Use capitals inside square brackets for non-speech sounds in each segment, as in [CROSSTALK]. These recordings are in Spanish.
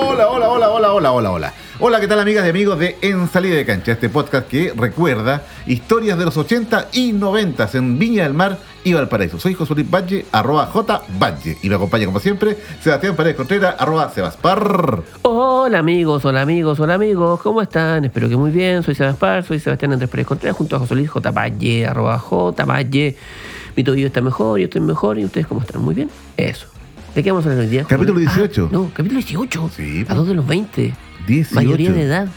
Hola, hola, hola, hola, hola. Hola, ¿qué tal amigas y amigos de En Salida de Cancha? Este podcast que recuerda historias de los 80 y 90 en Viña del Mar y Valparaíso. Soy Josué Luis Valle, arroba J Valle. Y me acompaña como siempre Sebastián Paredes Contreras, arroba Sebaspar. Hola amigos, hola amigos, hola amigos, ¿cómo están? Espero que muy bien, soy Sebastián Spar, soy Sebastián Andrés Pérez Contreras, junto a José Luis J. Valle, arroba J. Valle. Mi tobillo está mejor, yo estoy mejor, ¿y ustedes cómo están? Muy bien, eso. ¿De qué vamos a hablar hoy día? Capítulo Ah, 18. no, capítulo 18. Sí, pues. A dos de los 20. 18. Mayoría de edad.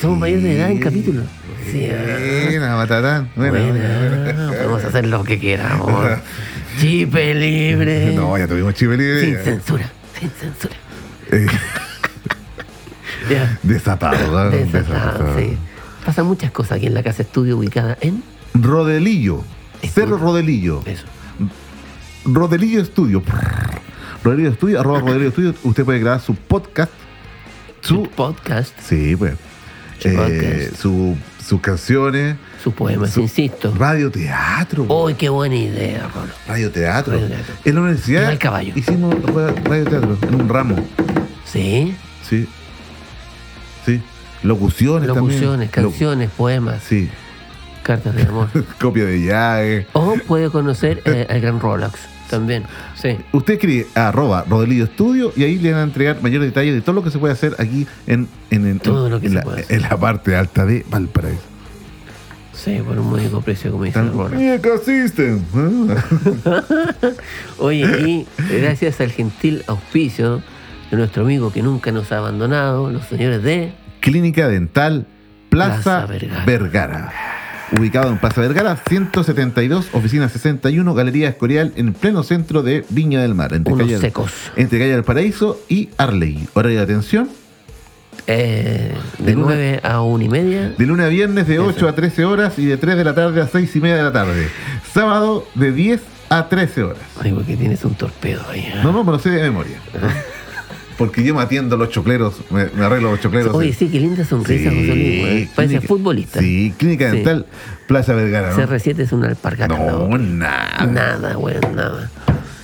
Somos Sí. mayores de edad en capítulo. Sí, ah. Buena, Matatán. Buena, Bueno, buena, buena. podemos hacer lo [LAUGHS] que queramos. Chipe libre. No, ya tuvimos chive sin libre. censura, sin censura. Eh, [LAUGHS] Ya, Desatado, ¿no? desatado, sí. Pasan muchas cosas aquí en la casa estudio ubicada en Rodelillo. Es Cerro duro. Rodelillo. eso. Rodelillo Estudio. Rodelillo Estudio, [LAUGHS] arroba Rodelillo Estudio. Usted puede grabar su podcast. Su. Su podcast, Sí, pues. Su Eh, podcast. su- sus canciones. sus poemas, Su- insisto. Radio teatro. ¡Uy, qué buena idea, Rolo! Radio teatro. Radio teatro. En la universidad. Iba el caballo. Hicimos ra- radio teatro en un ramo. Sí, Sí. Sí. Locuciones, locuciones, también. Lo- canciones, poemas, sí. [LAUGHS] cartas de amor. Copia de llave. O puede conocer eh, al gran Rolox también. Sí. Usted escribe a arroba Rodelillo Estudio y ahí le van a entregar mayores detalles de todo lo que se puede hacer aquí en, en, en- Todo lo que en se la, puede hacer. en la parte alta de Valparaíso. Sí, por un módico precio, como dice el Rolox. Tan- Eco System. Ah. Oye, y gracias al gentil auspicio de nuestro amigo que nunca nos ha abandonado, los señores de [LAUGHS] Clínica Dental Plaza, Plaza Vergara. Vergara. Ubicado en Plaza Vergara, 172, oficina 61, Galería Escorial, en pleno centro de Viña del Mar, entre Unos calle, secos. entre calle del Paraíso y Arley. Horario de atención, eh, De de lunes- 9 a 1 y media. de lunes a viernes de 8 a 13 horas y de 3 de la tarde a 6 y media de la tarde. Sábado de 10 a 13 horas. Ay, porque tienes un torpedo ahí. ¿eh? No, no, me lo sé de [LAUGHS] memoria. Porque yo me atiendo a los chocleros, me, me arreglo los chocleros. Oye, sí, qué linda sonrisa, José Luis. ¿eh? Parece clínica- futbolista. Sí, Clínica Sí. Dental Plaza Vergara. ¿no? CR7 es una alpargata. No, No, nada. nada, weón, nada.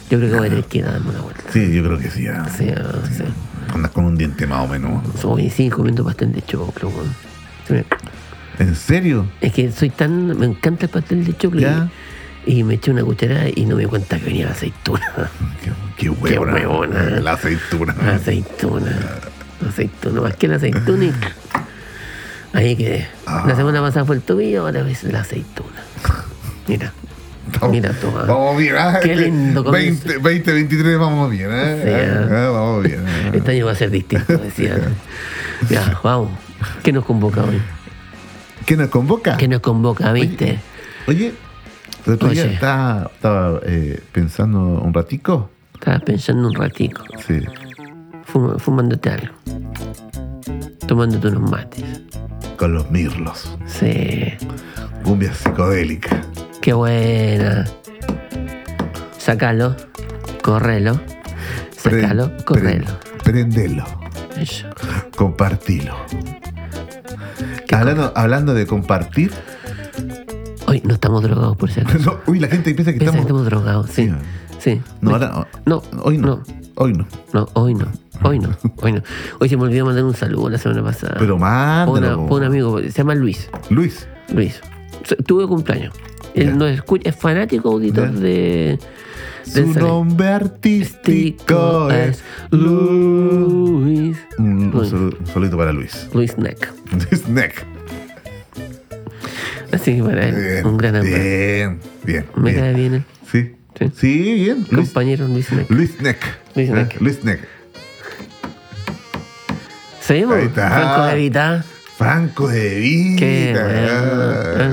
Yo creo que voy a tener que ir a darme una vuelta. Sí, yo creo que sí. ah. Sí, ah, sí. Andas con un diente más o menos. Oye, sí, comiendo pastel de choclo, weón. Se me- ¿En serio? Es que soy tan. Me encanta el pastel de choclo. y- Ya. Y me eché una cucharada y no me di cuenta que venía la aceituna. Qué, qué huevona. Qué huevona. Ah, La aceituna. Aceituna. Aceituna, más que la aceituna. y- Ahí quedé. Ah. La semana pasada fue el tobillo, ahora es la aceituna. Mira. Mira tú. ah. Vamos bien. ah, Qué lindo comienzo. 20, 20, 23, vamos bien. ¿eh? Sí, Ah, vamos bien. ah. Este año va a ser distinto, decía. Ya, vamos. ¿Qué nos convoca hoy? ¿Qué nos convoca? ¿Qué nos convoca, viste? Oye, el otro día Oye. estaba, estaba, eh, pensando un ratico. Estaba pensando un ratico, Sí. fuma- fumándote algo. Tomándote unos mates. Con los mirlos. Sí. Cumbia psicodélica. Qué buena. Sácalo, correlo. Pre- Sácalo, pre- correlo. Prendelo. Eso. Compartilo. ¿Qué Hablando, hablando de compartir. [LAUGHS] Hoy no estamos drogados por si acaso. No, uy, la gente piensa que Piensa [LAUGHS] que estamos. estamos drogados, sí. Sí. Sí. No, ahora. No, Hoy no. no. Hoy no. No, hoy no. Hoy no. Hoy no. Hoy se me olvidó mandar un saludo la semana pasada. Pero Por una- mándalo. por un amigo, se llama Luis. Luis. Luis. So- Tuve cumpleaños. Él Ya. nos escucha, es fanático auditor Ya. de. de Su esa- nombre artístico es Luis. Luis. Un, un Luis. saludo- un saludito para Luis. [LAUGHS] Luis Neck. Luis Neck. Así que para él, Bien, un gran amigo. Bien, bien. Me bien. cae bien el Sí. Sí. Sí, bien. Luis, compañero Luis Neck. Luis Neck. Luis Ah, Neck. Luis Neck. Seguimos. Ahí está. Franco de Vita. Franco de Vita. Ah. Qué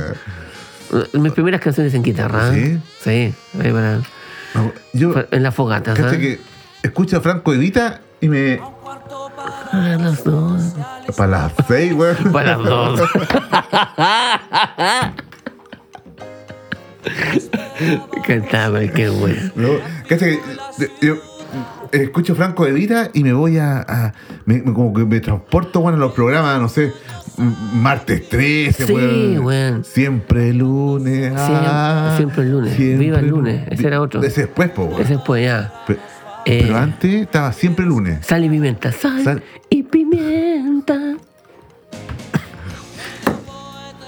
bueno. Mis primeras canciones en guitarra. ¿Sí? Sí. ahí para- No, yo, fue en ¿eh? la fogata. caché ¿sabes? que escucho a Franco de Vita y me. Ah, las dos. Para las seis, weón. Para las dos. [LAUGHS] Cantaba, qué bueno. No, cacha que de- yo escucho Franco de Vita y me voy a. a- me, me- como que me transporto, bueno, a los programas, no sé. m- Martes 13, Sí, weón. weón. Siempre lunes. ah, Siempre el lunes. Viva el lunes. Ese era otro. Ese después, po, weón. Ese es pues ya. Pe- Eh, Pero antes estaba siempre lunes. Sal y pimienta, sal, Sal. y pimienta.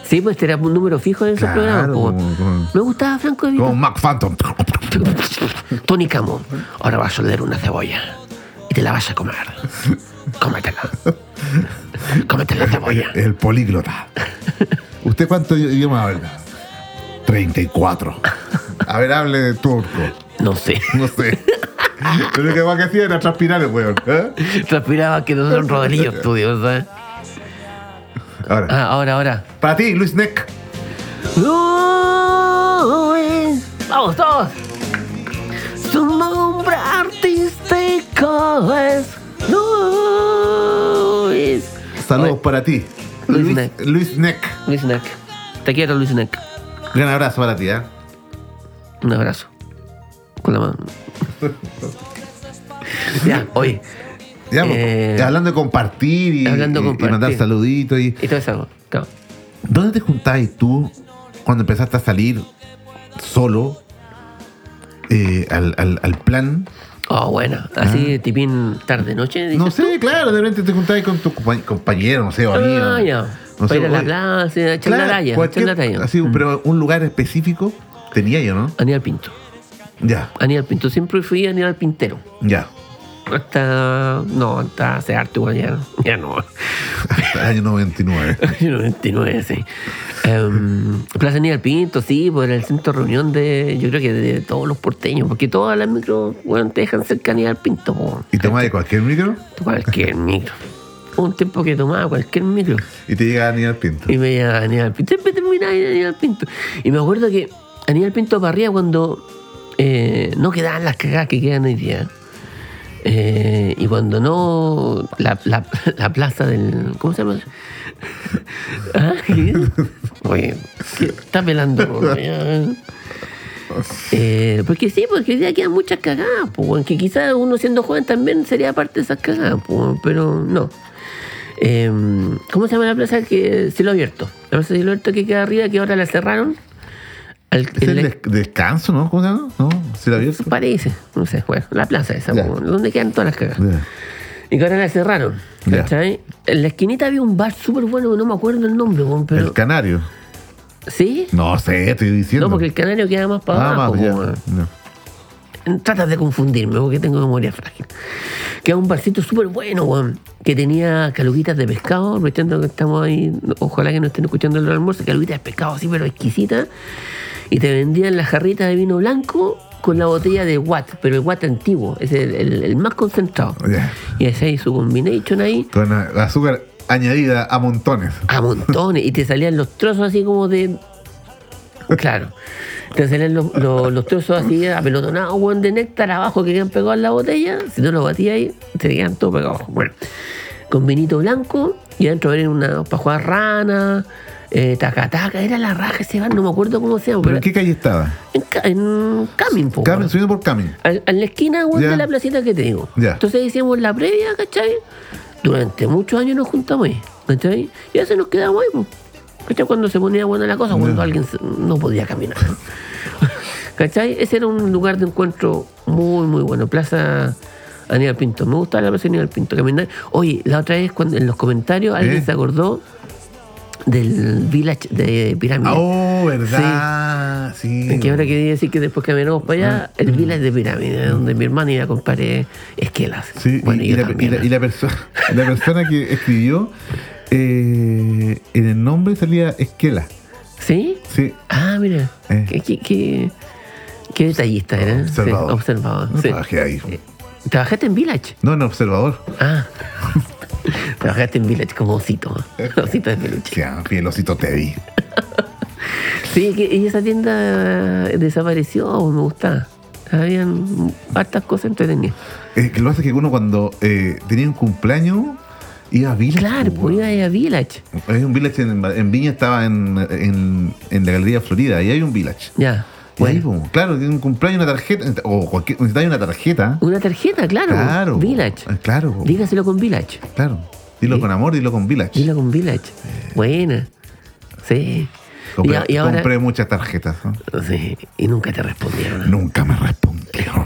Sí, pues este era un número fijo en esos Claro, programas. po. como- como- Me gustaba Franco de Vita. Como Mac Phantom. Tony Camo, ahora vas a oler una cebolla y te la vas a comer. Cómetela. Cómete la cebolla. El políglota. ¿Usted cuánto idioma habla? [LAUGHS] 34. A ver, hable de turco. No sé. [LAUGHS] No sé. Lo único que más que hacía era transpirar el weón. ¿eh? Transpiraba que no son rodelillos estudios, ¿sabes? Ahora. Ah, ahora, ahora. Para ti, Luis Neck. Uy, Vamos todos. Su nombre artístico es Luis. Saludos Oye. para ti. Luis Neck. Luis Neck. Luis Neck. Te quiero, Luis Neck. Gran abrazo para ti, ¿eh? Un abrazo. Con la mano. ya, oye. Ya, pues, Eh, hablando de compartir y, hablando de y- y compartir. mandar saluditos. Y, Y todo eso. claro. ¿Dónde te juntabas tú cuando empezaste a salir solo eh, al, al- al plan? Oh, bueno. Así, tipín tarde-noche. dices. No sé, claro, de repente te juntabas con tu compa- compañero, no sé, o amigo. Ah, ya. No Para sé, ir a la oye, plaza, echar la Mm. claro, raya, cualquier- echar la raya. así, pero un lugar específico tenía yo, ¿no? Aníbal Pinto. Ya, Aníbal Pinto. Siempre fui Aníbal Pintero. ya. [LAUGHS] Hasta. No, hasta hace harto, igual ya, ya no. Hasta el año 99. 99, sí. Em, Plaza Aníbal Pinto, sí, por el centro de reunión de. Yo creo que de, todos los porteños, porque todas las micro, bueno, te dejan cerca de Aníbal Pinto, po. Y tomabas de cualquier micro Cualquier micro. Hubo Un tiempo que tomaba cualquier micro. y te llegaba Daniel Pinto. Y me llamaba Aníbal Pinto. Siempre terminaba en Aníbal Pinto. Y me acuerdo que Aníbal Pinto barría cuando eh, no quedaban las cagadas que quedan hoy día. Eh, y cuando no. La, la- la plaza del. ¿Cómo se llama? [LAUGHS] ¿Ah? ¿Qué? Oye, ¿qué está pelando. por allá? Eh, porque sí, porque hoy día quedan muchas cagadas, pues, weón, que quizás uno siendo joven también sería parte de esas cagadas, pues, weón, pero no. Eh, ¿Cómo se llama la plaza que cielo abierto? La plaza de cielo abierto que queda arriba, que ahora la cerraron. Al, Es el el- des- descanso, ¿no? ¿Cómo se llama? ¿No? ¿Se la vio? eso parece, no sé, bueno, la plaza esa, Ya. pues, weón, donde quedan todas las cagadas. Ya. Y que ahora la cerraron. Ya. ¿cachai? En la esquinita había un bar súper bueno, no me acuerdo el nombre, weón, pero. El canario. ¿Sí? No sé, estoy diciendo. No, porque el canario queda más para Ah, abajo, más, ya. pues, weón. No. Tratas de confundirme porque tengo memoria frágil. Que era un barcito súper bueno, weón. Que tenía caluguitas de pescado, aprovechando que estamos ahí. Ojalá que no estén escuchando el almuerzo. Caluguitas de pescado así, pero exquisitas. Y te vendían las jarritas de vino blanco con la botella de Watt, pero el Watt antiguo, es el, el- el más concentrado. Ya. Y ese ahí su combination ahí. Con a- azúcar añadida a montones. a montones y te salían los trozos así como de. Claro. Te salían los, los- los trozos así apelotonados, weón, de néctar abajo que quedan pegados en la botella. Si no lo batías ahí, te quedan todos pegados. Bueno, con vinito blanco y adentro eran unas pajuadas ranas, eh, tacataca, era la raja ese bar, no me acuerdo cómo se ¿Pero llama, pero, Oh, en qué calle estaba? en, Ca- en Camin, po, Camin, weón. subiendo por Camin. Al- en la esquina weón, Ya. de la placita que te digo. Ya. Entonces hicimos la previa, ¿cachai? Durante muchos años nos juntamos ahí, ¿cachai? Y ya se nos quedamos ahí, po. ¿cachai? Cuando se ponía buena la cosa, cuando alguien se- no podía caminar. [LAUGHS] ¿cachai? Ese era un lugar de encuentro muy, muy bueno. Plaza Aníbal Pinto. Me gustaba la plaza Aníbal Pinto. Caminar. Oye, la otra vez cuando, en los comentarios alguien ¿Eh? se acordó del village de Pirámides. Ah, Oh, ¿verdad? Sí. Que ahora quería decir que después caminamos para allá, Ah. el Village de Pirámide, donde mi hermana iba a comprar eh, esquelas. Sí, y- bueno, y, y, yo la, y también. la- y la persona, [LAUGHS] la persona que escribió, eh, en el nombre salía Esquela. ¿Sí? Sí. Ah, mira. Eh. Qué, qué- qué- qué detallista era. ¿eh? Observador. Sí, observador, No sí. trabajé Ah, ahí. ¿Trabajaste en Village? No, en Observador. Ah. [LAUGHS] Trabajaste en Village como osito. ¿eh? Osito de peluche. Sí, ah, el osito Teddy. Sí, que, y esa tienda desapareció, me gustaba. Habían hartas cosas entretenidas. Eh, que lo hace que uno cuando eh, tenía un cumpleaños iba a Village. Claro, po, pues iba a ir a Village. Hay un village en, en Viña, estaba en, en, en la Galería Florida, y hay un village. Ya. Y ahí, Bueno. po, claro, tiene un cumpleaños, una tarjeta, o cualquier, necesitáis una tarjeta. Una tarjeta, claro. Claro. po. Village. Eh, Claro, po, Dígaselo con Village. claro. Dilo Sí. con amor, dilo con village. Dilo con Village. Buena. Sí. Compré, y, y ahora. compré muchas tarjetas. ¿no? Sí, y nunca te respondieron. Nunca me respondieron.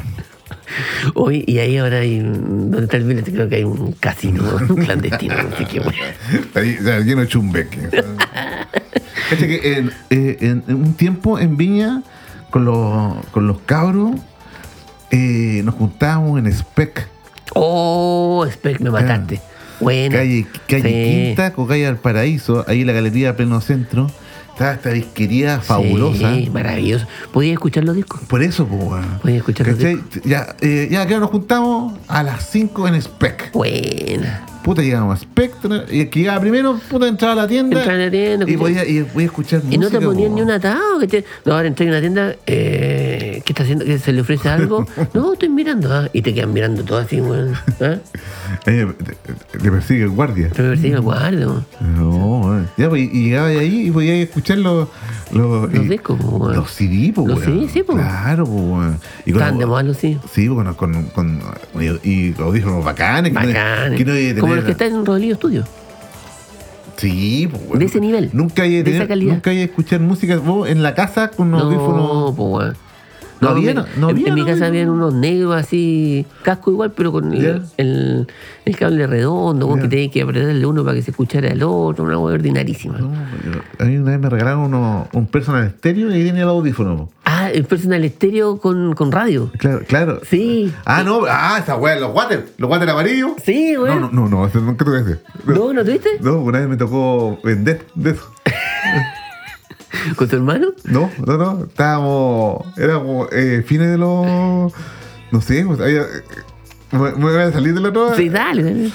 Hoy, y ahí ahora hay, un- donde está el Village, creo que hay un casino [LAUGHS] clandestino, así que bueno. Está ahí, está lleno de [LAUGHS] chumbeque. Cacha que en, eh, en- en un tiempo en Viña, con los, con los cabros, eh, nos juntábamos en Spec, Oh, Spec, me mataste. Bueno. Ah. calle, calle sí. Quinta con calle al Paraíso, ahí en la galería Pleno Centro. Estaba esta disquería fabulosa. Sí, maravilloso. Podía escuchar los discos. Por eso, pues, weón. Voy a escuchar los ¿Cachai? Ya, eh, ya, claro, nos juntamos a las 5 en Spec. Buena. Puta, llegamos a Spectre. Y el que llegaba primero, puta, entraba a la tienda. Entraba a la tienda, Y escucha- podía, y podía escuchar Y no te música, ponían po. ni un atado. Que te... No, ahora entré en una tienda. Eh, ¿Qué está haciendo? ¿Que se le [LAUGHS] ofrece algo? No, estoy mirando. ah, Y te quedan mirando todo así, weón. ¿Ah? Eh, te, te persigue el guardia. Pero me persigue el guardia, weón. No, weón. Ya, pues, y llegaba de ahí y podía escuchar los. Los, Los y- discos, po, weón. Los CD, po, Los weón. CD, sí, po. Claro, po, weón. Y con- Estaban de moda los sí. Sí, po, con, con, con- y, y audífonos bacanes. que no- Bacanes. que no debe Como tener- los que están en un Rodrigo Studio. Sí, pues, weón. De ese nivel, Nunca hay de esa calidad. Nunca hay escuchar música vos en la casa con No, unos audífonos. po, weón. No había, en- no- no en, había, en mi no casa había. habían unos negros así, casco igual, pero con el, Ya. el, el cable redondo, weón, Ya. que tenías que apretarle uno para que se escuchara el otro, una weón ordinarísima. No, a mí una vez me regalaron uno, un personal estéreo y ahí tenía el audífono. po. Ah, el personal estéreo con, con radio. Claro, claro. Sí. Ah, no, ah, esa weá, los water, los water amarillos. Sí, No, weón. no, no, no, ese nunca tuve ese. ¿No? ¿No tuviste? No, una vez me tocó vender de eso. ¿Con tu hermano? No, no, no, estábamos, éramos eh, fines de los, no sé, pues, había- me, me voy a salir de la otra. Sí, dale, dale.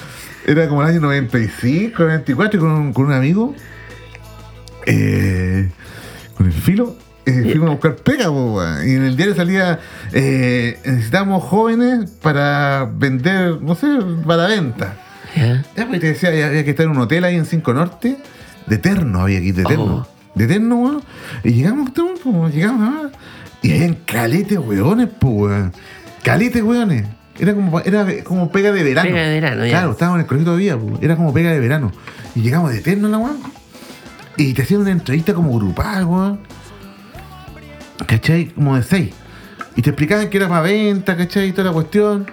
Era como el año 95, 94, y con un, con un amigo, eh, con el filo, eh, fuimos a buscar pega, po, weón. y en el diario salía, eh, necesitamos jóvenes para vender, no sé, para venta. Ya. [LAUGHS] Ya, pues, te decía, había, había que estar en un hotel ahí en Cinco Norte, de terno había que ir, de Oh. terno. De terno, weón. Y llegamos, tú, po, llegamos, ah, y habían caletes, weones, pues, weón. Caletes, weones. Era como, era como pega de verano. Pega de verano, ya. Claro, estábamos en el colegio todavía, po. era como pega de verano. Y llegamos de terno, la weón. Y te hacían una entrevista como grupal, weón. ¿Cachai? Como de seis. Y te explicaban que era para venta, ¿cachai? Y toda la cuestión.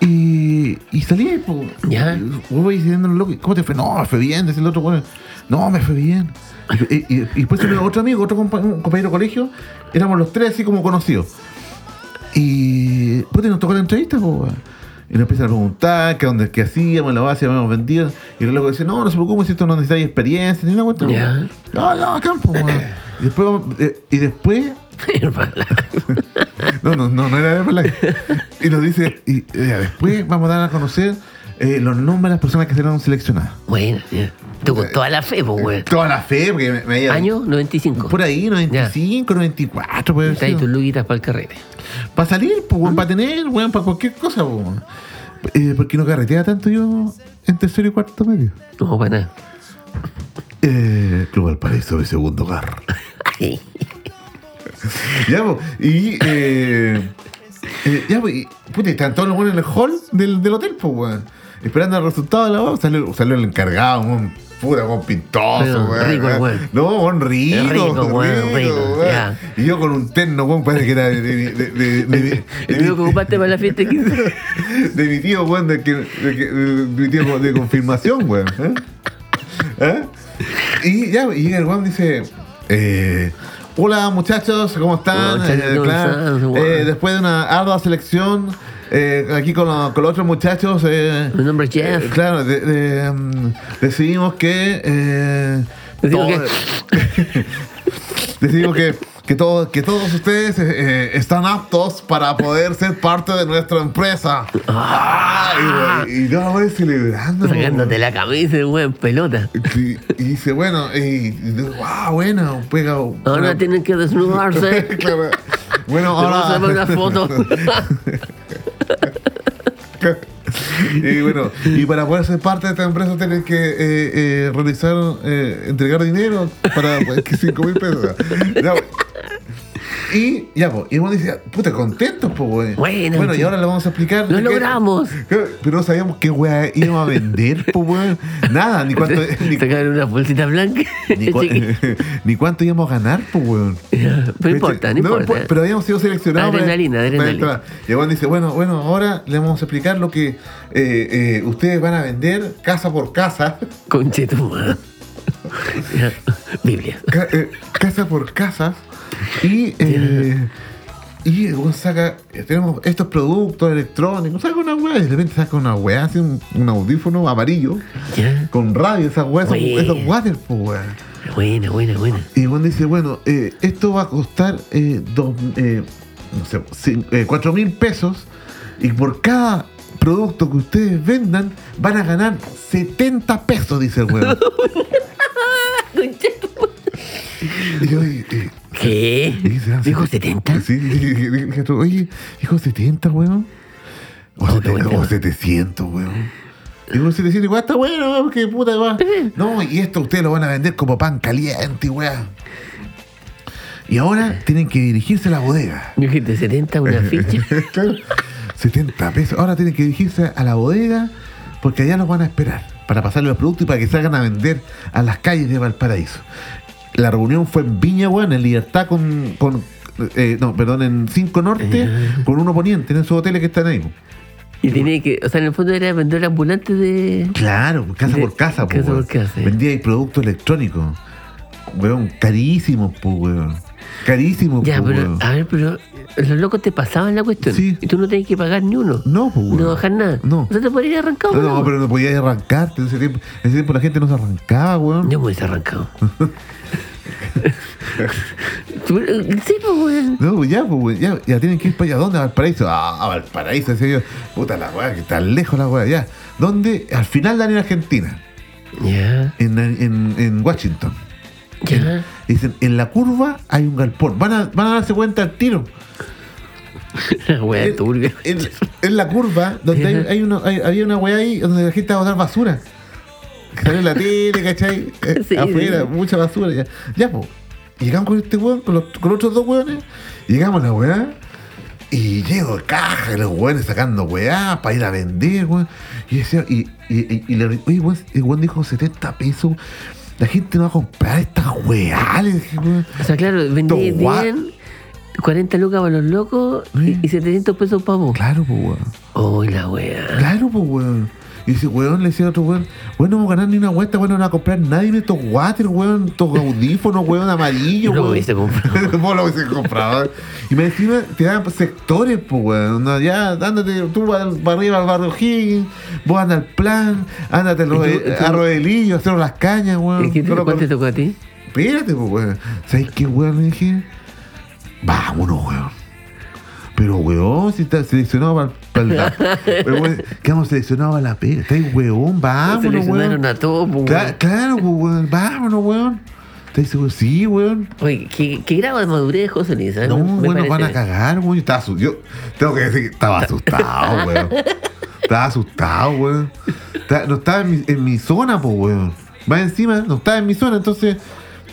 Y, y salí ahí, po. Ya. Y vos vais diciendo lo loco, ¿cómo te fue? No, me fue bien, decía el otro, weón. No, me fue bien. Y, y- y- y después tenía otro amigo, otro compa- un compañero de colegio, éramos los tres así como conocidos. Y después nos tocó la entrevista, po, weón. Y nos empiezan a preguntar qué, dónde, qué hacíamos, la base, habíamos vendido. Y el loco dice, no, no se preocupen si esto no necesitáis experiencia, ni una cuestión. Ya. No, no, campo, [CLEARS THROAT] weón. Y después, eh, y después Hermana. no, no, no, no era de Herbalife. Y nos dice, y, eh, después vamos a dar a conocer eh, los nombres de las personas que serán seleccionadas. Bueno, ya. Tú con toda la fe, pues, weón. Toda la fe, porque me, me había- Año 95. Por ahí, 95, 94, puede haber Trae tus sido. luguitas para el carrete. Para salir, pues, weón, para tener, weón, para cualquier cosa, pues, weón. Eh, ¿Por qué no carretea tanto yo en tercero y cuarto medio? No, para nada. Eh, Club Valparaíso de segundo carro. [LAUGHS] Ay, Ya, po, y. Eh, eh, ya, po, y. Puta, y estaban todos los buenos en el hall del, del hotel, pues, weón. Esperando el resultado de la weón. Salió, salió el encargado, un Puta, un pintoso, Pero weón. rico el weón. weón. No, un rico. Rico, weón, rico, weón. ya. Y yo con un terno, weón, parece que era de. de, de, de- de- de- el único que ocupaste para la fiesta [LAUGHS] de 15. de mi tío, weón, de, que- de que- de mi tío de confirmación, weón. ¿eh? ¿Eh? Y ya, y llega el weón dice, eh, hola muchachos, ¿cómo están? Hola, muchachos, Eh, ¿cómo claro, están? eh, Bueno. después de una ardua selección, eh, aquí con, lo- con los otros muchachos, eh, Mi nombre es eh, Jeff. claro, de- de, mm, decidimos que... eh, Decidimos todo- decidimos que... Que, todo- que todos ustedes eh, eh, están aptos para poder ser parte de nuestra empresa. Ay, güey, y yo la voy celebrando. Sacándote la camisa, el weón, pelota. Y, y dice, bueno, y, y digo, wow, bueno, pega. Ahora bueno, [LAUGHS] tienen que desnudarse. claro. Bueno, Te vamos a ahora. tomar una foto. [LAUGHS] y bueno, y para poder ser parte de esta empresa tienen que eh, eh, realizar, eh, entregar dinero para pues, que 5 mil pesos. Ya, güey. pues. Y ya, pues, y uno dice, puta, contentos, pues, weón. Bueno, bueno, y sí. ahora le vamos a explicar. Lo de qué- logramos. Pero no sabíamos qué weá íbamos a vender, pues, weón. Nada, ni [LAUGHS] cuánto, ni, Sacaron una bolsita blanca. ni cua- Chiqui- [LAUGHS] ni cuánto íbamos a ganar, pues, weón. no importa, no importa. impo- pues, Pero habíamos sido seleccionados. para- Adrenalina, para adrenalina. entrar. Y Juan dice, bueno, bueno, ahora le vamos a explicar lo que eh, eh, ustedes van a vender casa por casa. [LAUGHS] Conchetumá. Biblia. ca- eh, casa por casa. Y, eh, y el weón saca, eh, tenemos estos productos electrónicos, saca una weá, y de repente saca una weá, así un, un audífono amarillo, Ya. con radio, esas weá, esos, Buena. esos water, pues, weá. Buena, buena, buena. Y Juan dice, bueno, eh, esto va a costar eh, dos, eh, no sé, cin- eh, cuatro mil pesos y por cada producto que ustedes vendan van a ganar 70 pesos, dice el [LAUGHS] weón. y yo, eh, eh, ¿Qué? y dice, ah, ¿Dijo sete- 70? Sí, dije, dije- dije, oye, dijo 70, weón. O, No, sete- no, no. o 700, weón. Digo 700, igual está bueno, weón, que puta, weón. No, y esto ustedes lo van a vender como pan caliente, weón. Y ahora tienen que dirigirse a la bodega. Me dijiste 70, una ficha. [LAUGHS] Claro, 70 pesos. Ahora tienen que dirigirse a la bodega porque allá los van a esperar para pasarle los productos y para que salgan a vender a las calles de Valparaíso. La reunión fue en Viña, weón, en Libertad con... con, eh, no, perdón, en 5 Norte Eh. con uno poniente en esos hoteles que están ahí. po. Y tenía que. O sea, en el fondo era vendedor ambulante de. Claro, casa De- por casa, po, casa por weón. casa, ya. Vendía ahí productos electrónicos. Weón, carísimos, pues, weón. Carísimos, Ya, po, pero. weón. A ver, pero. Los locos te pasaban la pues, cuestión. Sí. Y tú no tenías que pagar ni uno. No, pues, weón. No bajar nada. No. O sea, te podrías haber arrancado. No, no, pero no podías arrancarte. En ese tiempo, en ese tiempo la gente no se arrancaba, weón. Yo me hubiese [LAUGHS] arrancado. Tú- sí, pues, weón. No, pues ya, pues, güey, ya, ya tienen que ir para allá. ¿Dónde? A Valparaíso. Ah, a Valparaíso, decía yo. Puta la weá, que está lejos la weá, ya. ¿Dónde? Al final dan en Argentina, Ya, en, en, en Washington. ya. Dicen, en la curva hay un galpón. Van a, van a darse cuenta al tiro. La wea En, turbia. en- en la curva, donde hay, hay uno- hay- había una weá ahí donde la gente va a botar basura. Que sale en la tele, [LAUGHS] ¿cachai? Eh, Sí, afuera, sí. mucha basura. Ya, ya pues. Llegamos con este weón, con los, con los otros dos weones. Llegamos a la weá. Y llego de caja, y los weones sacando weá para ir a vender, weón. Y decía, y, y, y, y le oye, weón, el weón dijo 70 pesos. La gente no va a comprar estas weá, le dije, weón. O sea, claro, vendí Estos gua- bien. 40 lucas para los locos Sí. y, y 700 pesos para vos. Claro, pues, weón. Uy, la wea. Claro, pues, weón. Y dice, weón, le decía a otro weón, weón, no vamos a ganar ni una vuelta, weón, no va a comprar nadie de estos water, weón, estos audífonos, weón, amarillos, Yo lo weón. hubiese [LAUGHS] comprado. Vos lo hubiese comprado. Y me decían, te dan sectores, pues, weón. No, ya, ándate, tú vas para arriba al barrio Higgins, vos anda al plan, ándate a los- eh, ¿Y tú- tú- a Rodelillo, a hacer las cañas, weón. ¿Y qué te, Solo cuál con- te tocó a ti? Espérate, pues, weón. ¿Sabes qué, weón? Le dije, vámonos, weón. Pero, weón, si está seleccionado para, la. [LAUGHS] Pero, weón, quedamos seleccionados a la pega. Estáis, weón, vámonos, Seleccionaron weón. a todos, pues, Cla- weón. Ah, claro, pues, weón, vámonos, weón. Estáis seguros, sí, weón. Oye, ¿qué, qué grado de madurez, José Luis? ¿eh? No, Me- me weón, nos parece van a bien. cagar, weón. Yo estaba asu- Yo tengo que decir que estaba [LAUGHS] asustado, weón. Estaba asustado, weón. Está- No estaba en mi, en mi zona, pues, weón. Más encima, no estaba en mi zona, entonces.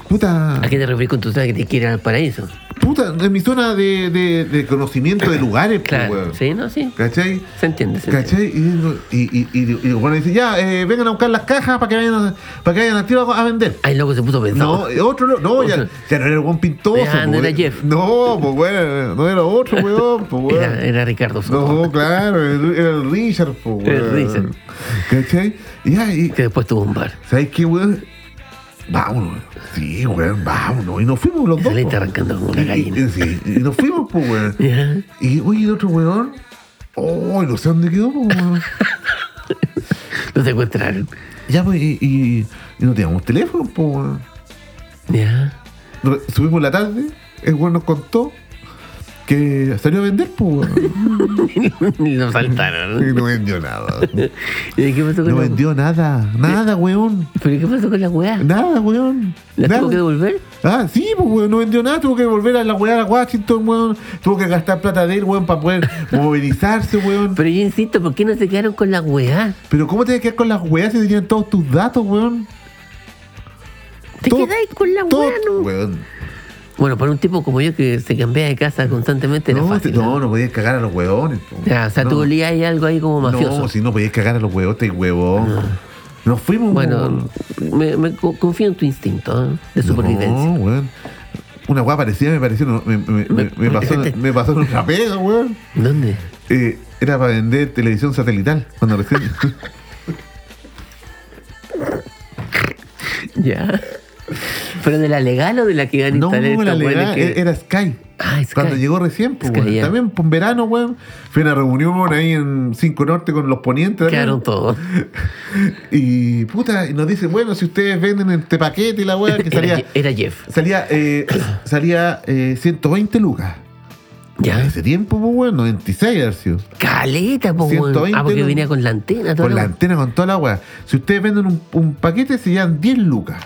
Puta. ¿A qué te refieres con tu zona que te quieren al paraíso? Puta, en mi zona de, de- de conocimiento de lugares, pues, Claro. weón. Sí, no, sí. ¿Cachai? Se entiende, se entiende. ¿Cachai? Y, digo- y, y, y- y bueno, dice, ya, eh, vengan a buscar las cajas para que vayan, para que vayan al tiro a, a vender. Ay, loco, se puso No, pensado. eh, otro, no, no, ya, ya no era el buen pintoso. Ya, no pues, era eh. Jeff. No, pues bueno, no era otro, weón, [LAUGHS] pues weón. era, era Ricardo Soto, No, claro, era era el Richard, pues weón. El Richard. ¿Cachai? Y, ya, y, que después tuvo un bar. ¿sabes qué, weón? Vámonos, weón. sí, weón, vámonos. Y nos fuimos los dos. Saliste pues. arrancando como una Y- y- gallina. sí, y nos fuimos, pues, weón. Ya. Y oye, el otro weón. Oh, no sé dónde quedó, po, weón. Lo secuestraron. Ya, pues, y, y- y no teníamos teléfono, po, weón. Ya. [LAUGHS] Re- Subimos la tarde, el weón nos contó que salió a vender, po, weón. Lo Y saltaron. no vendió nada. ¿Y qué pasó con No la vendió nada, nada, weón. ¿Pero qué pasó con la weá? Nada, weón. ¿La Nada. tuvo que devolver? Ah, sí, pues, weón, no vendió nada, tuvo que volver a la weá a Washington, weón. Tuvo que gastar plata de él, weón, para poder movilizarse, weón. Pero yo insisto, ¿por qué no se quedaron con la weá? Pero, ¿cómo te quedas con las weas si tenían todos tus datos, weón? Te Todo- quedáis con la Todo- weá, ¿no? weón. Bueno, para un tipo como yo que se cambia de casa constantemente era No, fácil. te- no, no podías cagar a los huevones. po. Ya, o sea, No. tú olías ahí algo ahí como mafioso. Ah. No, si no podías cagar a los huevos, te huevón. Nos fuimos. Bueno, me, me co- confío en tu instinto ¿eh? de supervivencia. No, weón. Una weá parecida me pareció. no, Me, me- me- me pasó, me pasó en una pega, weón. ¿Dónde? Eh, era para vender televisión satelital. Cuando [LAUGHS] recién. [LAUGHS] Ya. ¿Pero de la legal o de la que iban a no, instalar estos la güeyes legal que- era Sky. Ah, Sky. Cuando llegó recién, pues, Sky, weón. ya. También, pues, en verano, weón. Fui a una reunión ahí en Cinco Norte con los ponientes. también. Quedaron todos. Y puta, y nos dicen, bueno, si ustedes venden este paquete y la weá, [LAUGHS] que Era, salía, Je- era Jeff. salía, eh, [COUGHS] salía eh, 120 lucas. En Ya. ese tiempo, pues weón, 96 haber sido. Caleta, po, weón. 120 Ah, porque no- venía con la antena. todo Con la lo- antena, con toda la weá. Si ustedes venden un, un paquete, se llevan 10 lucas.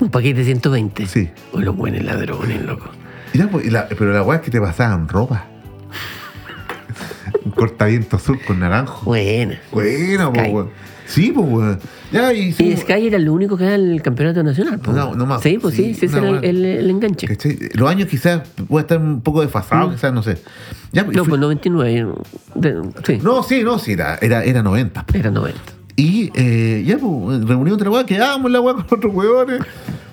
Un paquete de 120. Sí. O los buenos ladrones, loco. Y ya, pues, y la- pero la weá es que te pasaban ropa. [LAUGHS] un cortaviento azul con naranjo. Buena. Bueno, pues Sky. weón. Sí, pues weón. Ya, y sí, Y Sky era lo único que era el campeonato nacional. po. No, no más. Sí, pues sí, Sí, sí, ese no era más. el, el- el enganche. ¿cachai? Los años quizás puede estar un poco Mm. desfasado, quizás, no sé. Ya, pues, y No, fui- pues 99. de- sí, No, sí, no, sí, era, era, era 90. po. era 90. Y eh, ya, pues, reunión otra weá, quedábamos la weá con otros weones.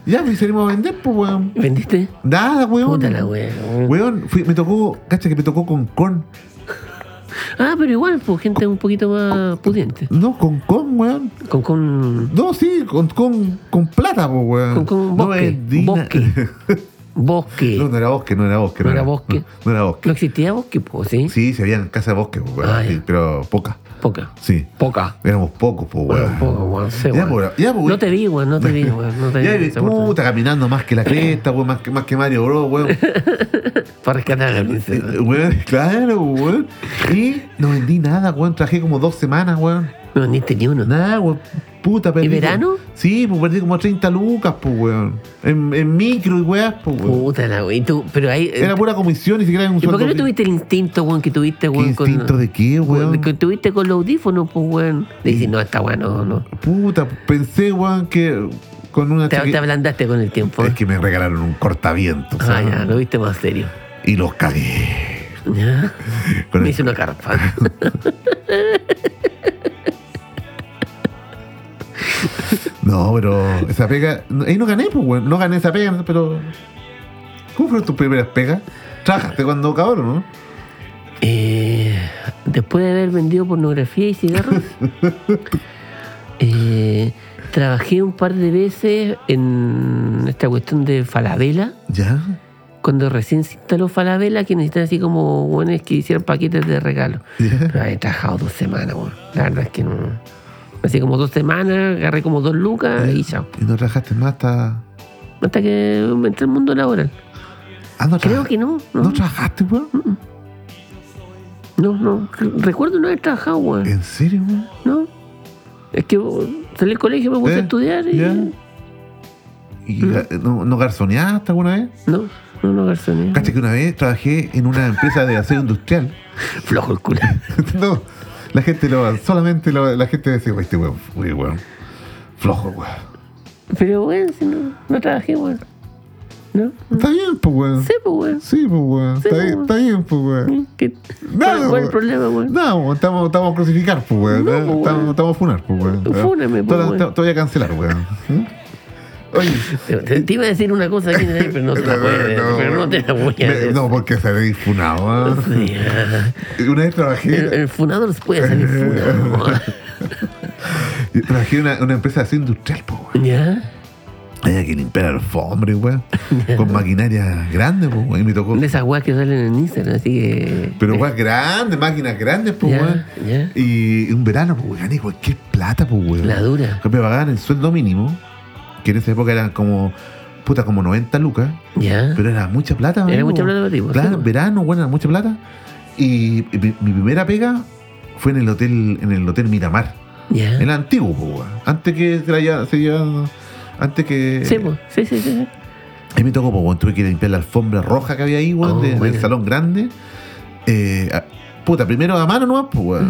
Ya, pues, y salimos a vender, pues, weón. ¿Vendiste? Nada, weón. Puta la wea. Weón, fui- me tocó, cacha, que me tocó con con. Ah, pero igual, pues gente un poquito más pudiente. No, con con, weón. Con, con No, sí, con, con, con plata, pues, weón. Con- con no bosque, vendí na- bosque. bosque. [LAUGHS] no, no era bosque, no era bosque. No era bosque. No, no era bosque. No existía bosque, pues, ¿sí? Sí, se habían casas de bosque, pues, weón. Ah, ya. sí, pero pocas, Poca. sí. Poca. Éramos pocos, pues, Bueno, weón. poca, weón. sé, Ya, weón. pues, ya, pues, No te vi, weón. No te vi, weón. No [LAUGHS] te Ya, vi. y esa oportunidad. puta, caminando más [COUGHS] que la cresta, weón, más que, más que Mario Bro, weón. Para rescatar a la princesa. Eh, Weón, [LAUGHS] claro, weón. Y no vendí nada, weón. Trabajé como dos semanas, weón. No vendiste ni uno. Nada, weón. Puta, perdí. ¿Y verano? Sí, pues perdí como 30 lucas, pues, weón. En, en micro y weas, pues, weón. Puta la weón. Y tú, pero ahí. Oh, eh, Era pura comisión, ni siquiera en un ¿Y por qué no sueldo. tuviste el instinto, weón, que tuviste, ¿Qué weón, con. instinto de qué, weón? Que tuviste con los audífonos, pues, weón. Dices, no, está bueno, no. Puta, pensé, weón, que con una Te, chaque- te ablandaste con el tiempo. Es que me regalaron un cortaviento, Ah, ¿sabes? ya, lo viste más serio. Y los cagué. Ya. Con Me el- [LAUGHS] hice una carpa. No, pero esa pega. Ahí no gané, pues, weón. No gané esa pega, pero. ¿Cómo fueron tus primeras pegas? Trabajaste cuando cabrón, ¿no? Eh, después de haber vendido pornografía y cigarros, [LAUGHS] eh, trabajé un par de veces en esta cuestión de Falabella. Ya. Cuando recién se instaló Falabella, que necesitan así como buenos que hicieron paquetes de regalo. Ya. Pero he trabajado dos semanas, weón. La verdad es que no. Así como dos semanas, agarré como dos lucas y chao. Y no trabajaste más hasta. Hasta que me entré al mundo laboral. Ah, no Creo trabaja- que Mm. no. ¿No No, trabajaste, weón? no. no. Recuerdo no haber trabajado, weón. ¿En serio, weón? No. Es que bueno, salí del colegio, me puse ¿Eh? a estudiar y. Mm. ¿Ya? ¿Y ga- no, no garzoneaste alguna vez? No, no, no, garzoné. Cacha que una vez trabajé en una empresa de acero industrial. [LAUGHS] Flojo el culo. no, la gente lo. Solamente lo- la gente decía, "Uy, este weón, uy, weón. Flojo, weón. [LAUGHS] Pero bueno, si no, no trabajé, bueno. ¿No? Está bien, pues, weón. Sí, pues, bueno. Sí, pues, weón. Sí, está, pues, bien, weón. está bien, pues, weón. ¿Qué- Nada, ¿Cuál, cuál es weón. el problema, bueno? No, weón, estamos, estamos a crucificar, pues, weón. No, ¿eh? pues, weón. estamos, estamos a funar, pues, weón. Fúname, pues, Te- te- weón. Te voy a cancelar, weón. ¿Mm? Oye. Te, te- te iba a decir una cosa aquí, [LAUGHS] pero [LAUGHS] no te la voy a decir. pero no te la voy a Me- decir. No, porque salí funado. [LAUGHS] weón. Sí, ah. Una vez el, trabajé, el funador se puede salir funado. [LAUGHS] trabajé en una, una empresa así industrial, pues, weón. ¿Ya? Había que limpiar alfombres, [LAUGHS] weón. Con maquinaria grande, pues, weón. Y me tocó. De esas weas que salen en Instagram, así que. [LAUGHS] Pero weón, grande, máquinas grandes, pues, ya, weón. ya. Y un verano, pues, weón, gané cualquier plata, pues, weón. La dura. que me pagaban el sueldo mínimo, que en esa época eran como, puta, como 90 lucas, Ya. pero era mucha plata. Era amigo. mucha plata para ti, pues, sí, Claro, pues. verano, bueno, era mucha plata. Y mi, mi primera pega fue en el hotel en el hotel Miramar, Ya. el antiguo, po, weón. antes que se la haya- se haya- antes que... Sí, pues. Sí, sí, sí, sí. Ahí me tocó, po, weón. tuve que limpiar la alfombra roja que había ahí, weón, Oh, de- del buena. salón grande. Eh, a- puta, primero a mano nomás, pues, weón.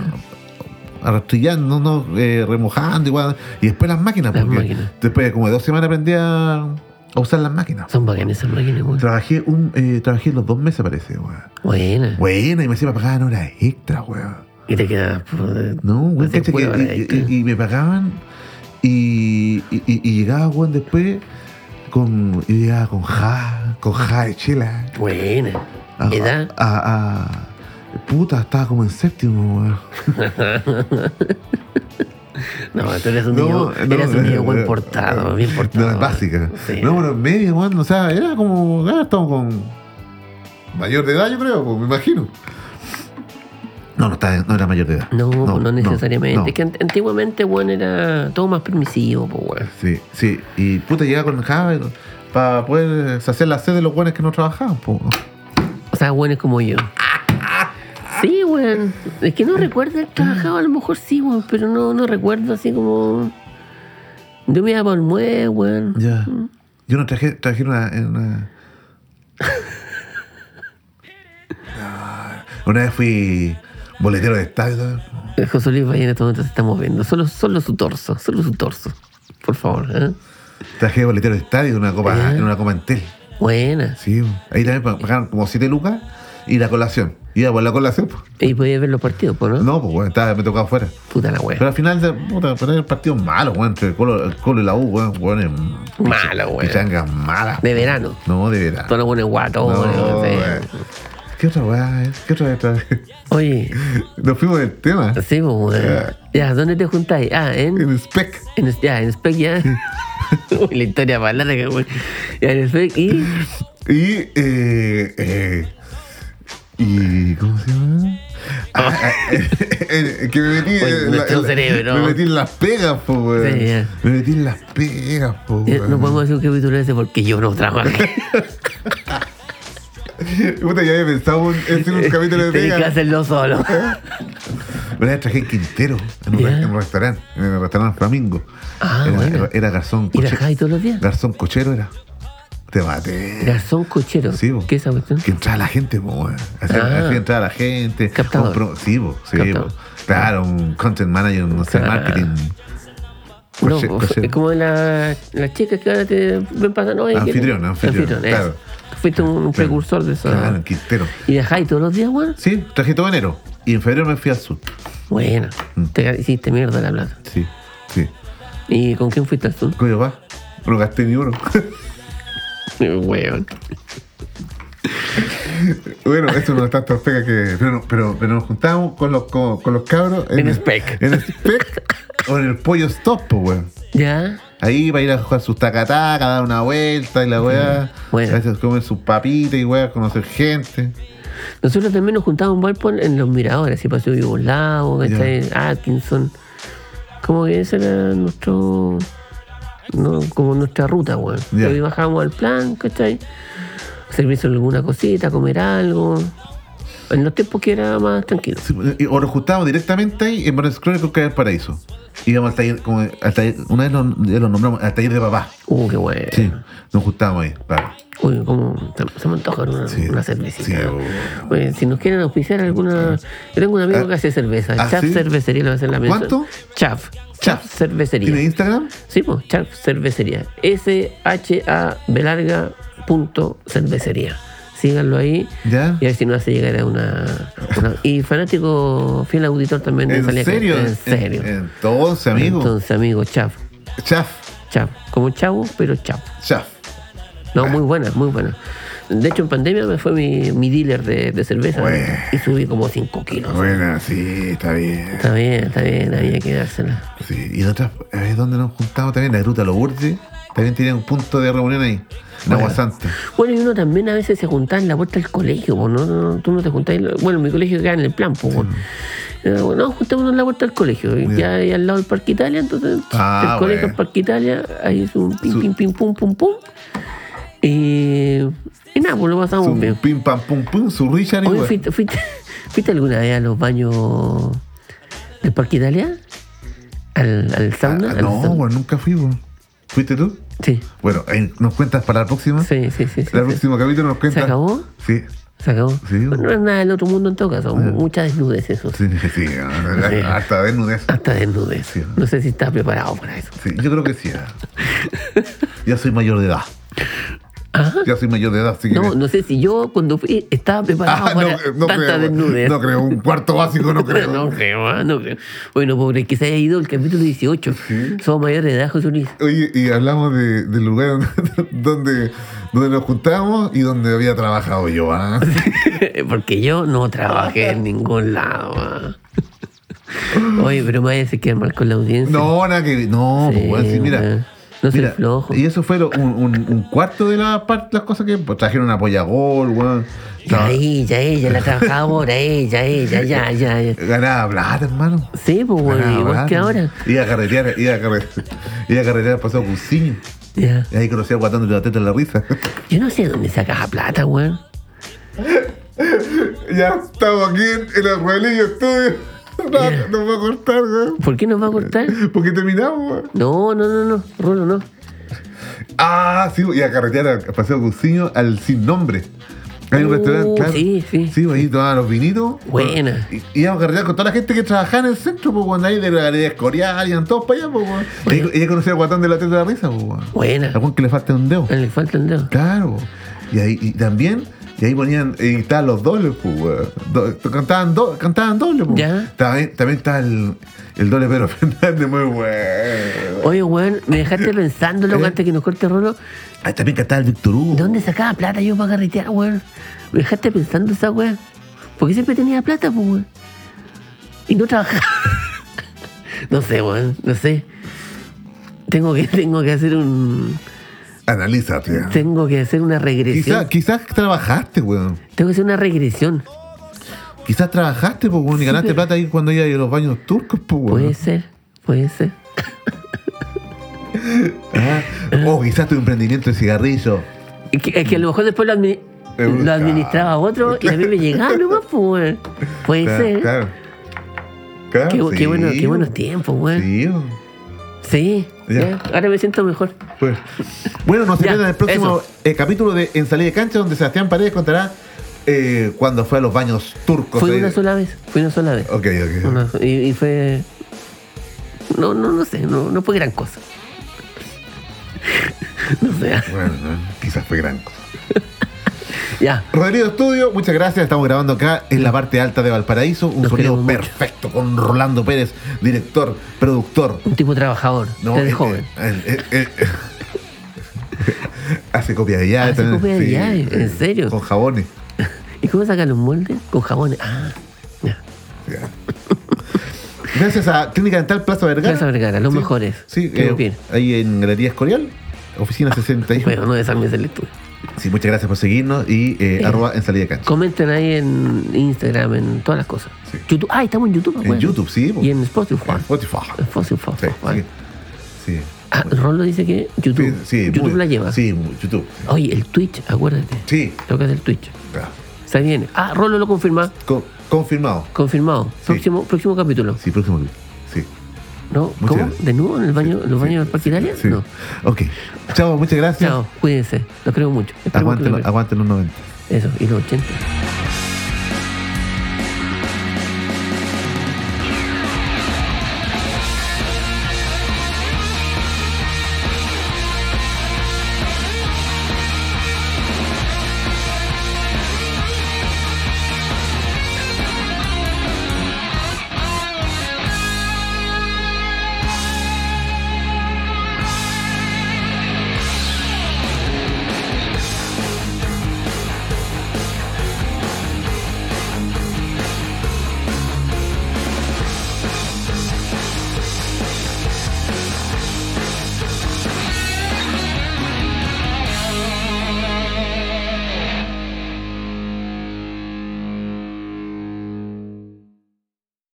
Mm. Arrastrillando, no, eh, remojando, igual. Y después las máquinas, Las porque máquinas. después de como de dos semanas aprendí a, a usar las máquinas. Son bacanas esas máquinas, weón. Trabajé un eh, trabajé los dos meses, parece, weón. Buena. Buena, y me decía, me pagaban horas extra, weón. Y te quedas. pues, No, weón, Hacer cacha que- huevas y- extra. y, y me pagaban y, y, y- y llegaba, weón, después con, y llegaba con ja, con ja de chela. Buena. A- ¿Edad? A, a- Ah, puta, estaba como en séptimo, weón. No, tú eres un No, niño. no, eres un niño no, buen no, portado, no, bien portado. No, es básica. Sí. No, bueno, en medio, weón, o sea, era como, ah, estamos con mayor de edad, yo creo, pues, me imagino. No, no, estaba- no era mayor de edad. No, pues, no, necesariamente. no. Es que ant- antiguamente, weón, era todo más permisivo, pues, weón. Sí, sí. Y puta, llegaba con Java para poder saciar la sed de los buenos que no trabajaban. po. O sea, weón es [LAUGHS] como yo. Sí, weón. Es que no recuerdo el trabajado, a lo mejor sí, weón, pero no, no recuerdo así como. Yo me iba por mueve, weón. Ya. Mm. Yo no traje, traje una, en [LAUGHS] una. Ah, una vez fui boletero de estadio. ¿sabes? El Eh, José Luis Valle en estos momentos se está moviendo. Solo, solo su torso, solo su torso. Por favor, ¿eh? Traje boletero de estadio en una copa, Ah. en una copa entel. Buena. Sí. po. Ahí también pa- pagaron como 7 lucas y la colación. Iba por la colación, po. Y podía ver los partidos, pues, ¿no? No, pues bueno, estaba, me tocaba afuera. Puta la wea. Pero al final, de- puta, pero era el partido malo, weón, entre el Colo, el Colo y la U, weón, weón, es- Malo, weón. Pichangas malas. De verano. No, de verano. Todos los buenos guatos, No, weón. weón. ¿Qué otra weá es? ¿Qué otra otra vez? Oye, [LAUGHS] Nos fuimos del tema. sí, pues, weón. Ya, ¿dónde te juntáis? Ah, en. En Spec. en ya, en [LAUGHS] Spec, ya. Uy, la historia más larga, weón. Ya, en Spec, y. Y, eh, eh, y, ¿cómo se llama? Ah, ah, eh, que me metí, Oye, en la- nuestro en la- cerebro. me metí en las pegas, po, weón. Sí, ya. Me metí en las pegas, po, ya, weón. No podemos hacer un capítulo ese porque yo no [LAUGHS] trabajé. Puta, ya había pensado [LAUGHS] en hacer un capítulo de Tenés que pegas. [LAUGHS] hacerlo solo. Una vez traje en Quintero en un, Ya. re- en un restaurante, en el restaurante Flamingo. Ah, era, bueno. era- era garzón ¿Y cochero. trabajáis todos los días? Garzón cochero era. Te maté. Garzón cochero. Sí, pues. bo. ¿Qué es esa cuestión? Que entraba la gente, po, weón. Hacía, Ah. hacía entrar a la gente. Captador. Un pro- sí, po, sí, Captador. po. Claro, un content manager, no sé, Claro. marketing. No, Coche- vos- coche- es como la- las chicas que ahora te ven pasando. hoy. Anfitrión, anfitrión, claro. Fuiste un precursor de eso. Claro, en Quintero. ¿Y dejáis todos los días, weón? Sí, traje todo enero. Y en febrero me fui al sur. Bueno, Mm. te hiciste mierda la plata. Sí, sí. ¿Y con quién fuiste al sur? Coño, va. No gasté ni uno. [LAUGHS] Weón. bueno, eso no está tan pega que. Pero, no- pero, pero nos juntábamos con los, con, con los cabros. En Spec. En [LAUGHS] Spec o en el pollo stop, po, weón. ¿Ya? Ahí va a ir a jugar sus tacatacas, a dar una vuelta y la weá. Bueno. A veces comer sus papitas y weá, conocer gente. Nosotros también nos juntábamos en Valpo en los miradores, y pasó Vivo Lago, ¿cachai? Atkinson. Como que esa era nuestro. no, como nuestra ruta, weón. Ya. Y ahí bajábamos al plan, ¿cachai? Servirse alguna cosita, comer algo. En los tiempos que era más tranquilo. Sí, y- O nos juntábamos directamente ahí en Buenos Aires con Caer Paraíso. Íbamos al taller, como al taller, una vez lo, ya lo nombramos, al taller de papá. Uh, qué bueno. Sí, nos juntábamos ahí, claro. Uy, como se- se me antoja una, Sí. una cervecita. Sí, Oye, si nos quieren auspiciar alguna. Yo tengo un amigo Ah. que hace cerveza. ¿Ah, Chaf sí? Cervecería lo hace en la mesa. ¿Cuánto? Chaf. Chaf. Chaf Cervecería. ¿Tiene Instagram? Sí, pues, Chap Cervecería. S-H-A belarga punto cervecería. Síganlo ahí. ¿Ya? Y a ver si nos hace llegar a una. una- y fanático, fiel auditor también de ¿En Salía serio? Cacha. En serio. En- Entonces, amigo. Entonces, amigo, chaf. Chaf, Chaf. Como chavo, pero chaf. chaf. No, muy buena, muy buena. De hecho, en pandemia me fue mi, mi dealer de, de cerveza Bueno. y subí como 5 kilos. Buena, sí, está bien. Está bien, está bien, había que dársela. Sí, y en otras, a ver dónde nos juntamos también, la gruta Los Urdes, también tenían un punto de reunión ahí, en Bueno. Aguasante. Bueno, y uno también a veces se juntaba en la puerta del colegio, po, ¿no? No, no, Tú no te juntás. en la- Bueno, mi colegio queda en el plan, pues. Mm. No, juntémonos en la puerta del colegio. Y queda ahí al lado del Parque Italia, entonces. Ah, el colegio bueno. del Parque Italia, ahí es un pim, Su- pim, pim, pum, pum, pum. Y, y nada, pues lo pasamos bien. Su pim pam pum pum, su Richard y Oye, bueno. ¿fuiste, fuiste, fuiste alguna vez a los baños del Parque Italia? ¿Al, al sauna? Ah, ¿Al No, sauna? bueno, nunca fui, bueno. ¿Fuiste tú? Sí, Bueno, ahí nos cuentas para la próxima. sí, sí, sí. sí, La sí. próxima capítulo nos cuentas. acabó? Sí, Se acabó. Sí, Bueno, no es nada del otro mundo en todo caso. Mucha desnudez eso. sí, sí. [LAUGHS] Sí. Hasta desnudez. Hasta desnudez. Sí. No sé si estás preparado para eso. Sí, yo creo que sí. ah. Ya soy mayor de edad. Ya soy mayor de edad, así que. No, no sé si yo cuando fui estaba preparado Ah, no, para no tanta creo, desnudez. [LAUGHS] no creo, un cuarto básico no creo. no creo, ah, no creo. Bueno, pobre, que se haya ido el capítulo 18. Somos mayores de edad, José Luis. Oye, y hablamos de, del lugar [LAUGHS] donde, donde nos juntábamos y donde había trabajado yo. ¿ah? [LAUGHS] Porque yo no trabajé en ningún lado. ah. Oye, pero me vayas a quedar mal con la audiencia. No, nada que. No, Sí, pues bueno, sí, weón. mira. No soy mira, flojo. Y eso fue lo- un, un- un cuarto de la parte, las cosas que pues, trajeron apoyagol, weón. Ya Traba- ella, ella, la trabajadora, ella, ella, ya, ya, ya. Ganaba plata, hermano. Sí, pues, bueno, Ganaba igual plata. que ahora. Iba a carretear, iba a carretear, iba a carretear pasado Cusiño. Ya. Y ahí conocí al guatón de la teta de la risa. Yo no sé dónde sacas la plata, weón. [LAUGHS] ya estamos aquí en el arruelillo estudio. Ya. Nos va a cortar, weón. ¿Por qué nos va a cortar? Porque terminamos, weón. No, no, no, no, Rulo, no. Ah, sí, y a carretear al Paseo Cusiño al Sin Nombre. Hay un Uh, restaurante, claro. sí, sí. Sí, ahí tomaban los vinitos. Buena. Y- Y íbamos a carretear con toda la gente que trabajaba en el centro, pues, cuando ahí de la Galería Escorial, iban todos para allá, pues, weón. Y ahí- Ella conocía al guatón de la teta de la risa, pues, weón. Buena. Algún que le falte un dedo. Le falta el dedo. Claro. Y ahí y también, y ahí ponían, y estaban los dobles, pues, weón. Do- cantaban, do- cantaban doble, pues. Ya. También, también está el, el doble Pedro [LAUGHS] Fernández, muy bueno. Oye, weón, me dejaste [LAUGHS] pensando, loco, ¿Eh? antes que nos corte Rulo. Ahí también cantaba el Víctor Hugo. ¿De dónde sacaba plata yo para carretear, weón? Me dejaste pensando esa weón. ¿Por qué siempre tenía plata, pues, weón? Y no trabajaba. [LAUGHS] no sé, weón, no sé. Tengo que, tengo que hacer un. Analízate. Tengo que hacer una regresión. Quizás, quizás trabajaste, weón. Tengo que hacer una regresión. Quizás trabajaste, pues, weón, y ganaste pero- plata ahí cuando ibas a los baños turcos, pues, weón. Puede ser, puede ser. Ah, O quizás tu emprendimiento de cigarrillo. Es que, es que a lo mejor después lo, admi- Es un lo administraba otro y a mí me llegaba nomás, pues, weón. Puede Claro, ser. Claro. Claro, Qué, bu- qué sí, bueno, qué buenos weón. tiempos, eh. weón. Sí, weón. Sí. Ya. ya. Ahora me siento mejor. Pues, Bueno, nos Ya, vemos en el próximo eso. eh, capítulo de En Salida de Cancha, donde Sebastián Paredes contará eh, cuando fue a los baños turcos. Fui ahí. una sola vez, fui una sola vez. Ok, ok. Una- y, y fue. No, no, no sé, no, no fue gran cosa. [LAUGHS] no sé. Bueno, no, quizás fue gran cosa. Ya. Rodrigo Estudio, muchas gracias. Estamos grabando acá en la parte alta de Valparaíso. Un Nos sonido queremos mucho. perfecto con Rolando Pérez, director, productor. Un tipo trabajador, desde eh, joven. eh, eh, eh, eh. [LAUGHS] hace copia de llaves. Hace también, copia de llaves, ¿en serio? eh, Con jabones. ¿Y cómo sacan los moldes? Con jabones. Ah, ya. Ya. Gracias a Clínica Dental Plaza Vergara. Plaza Vergara, los mejores. Sí, Creo eh, bien. Ah, ahí en Galería Escorial, oficina 61. Bueno, no desarmes el estudio. Sí, muchas gracias por seguirnos y eh, Sí. arroba en salida de cancha. Comenten ahí en Instagram, en todas las cosas. Sí. YouTube. Ah, estamos en YouTube. En bueno. YouTube, sí. po. Y en Spotify. En Spotify. En Spotify. Sí, bueno. sí. sí. Ah, Rolo dice que Sí, YouTube. sí, YouTube muy- la lleva. Sí, muy- YouTube. Oye, el Twitch, acuérdate. Sí, Lo que es el Twitch. claro. Se viene. Ah, Rolo lo confirma. Con- confirmado. Confirmado. Próximo, próximo capítulo. Sí, próximo. clip. Sí. ¿No? Muchas ¿Cómo? gracias. ¿De nuevo en el baño, en los sí, baños del Parque Italia? Sí. No. Ok. Chao, muchas gracias. Chao, cuídense. Los creo mucho. Esperemos que Aguanten, lo- aguanten los 90. Eso, y los 80.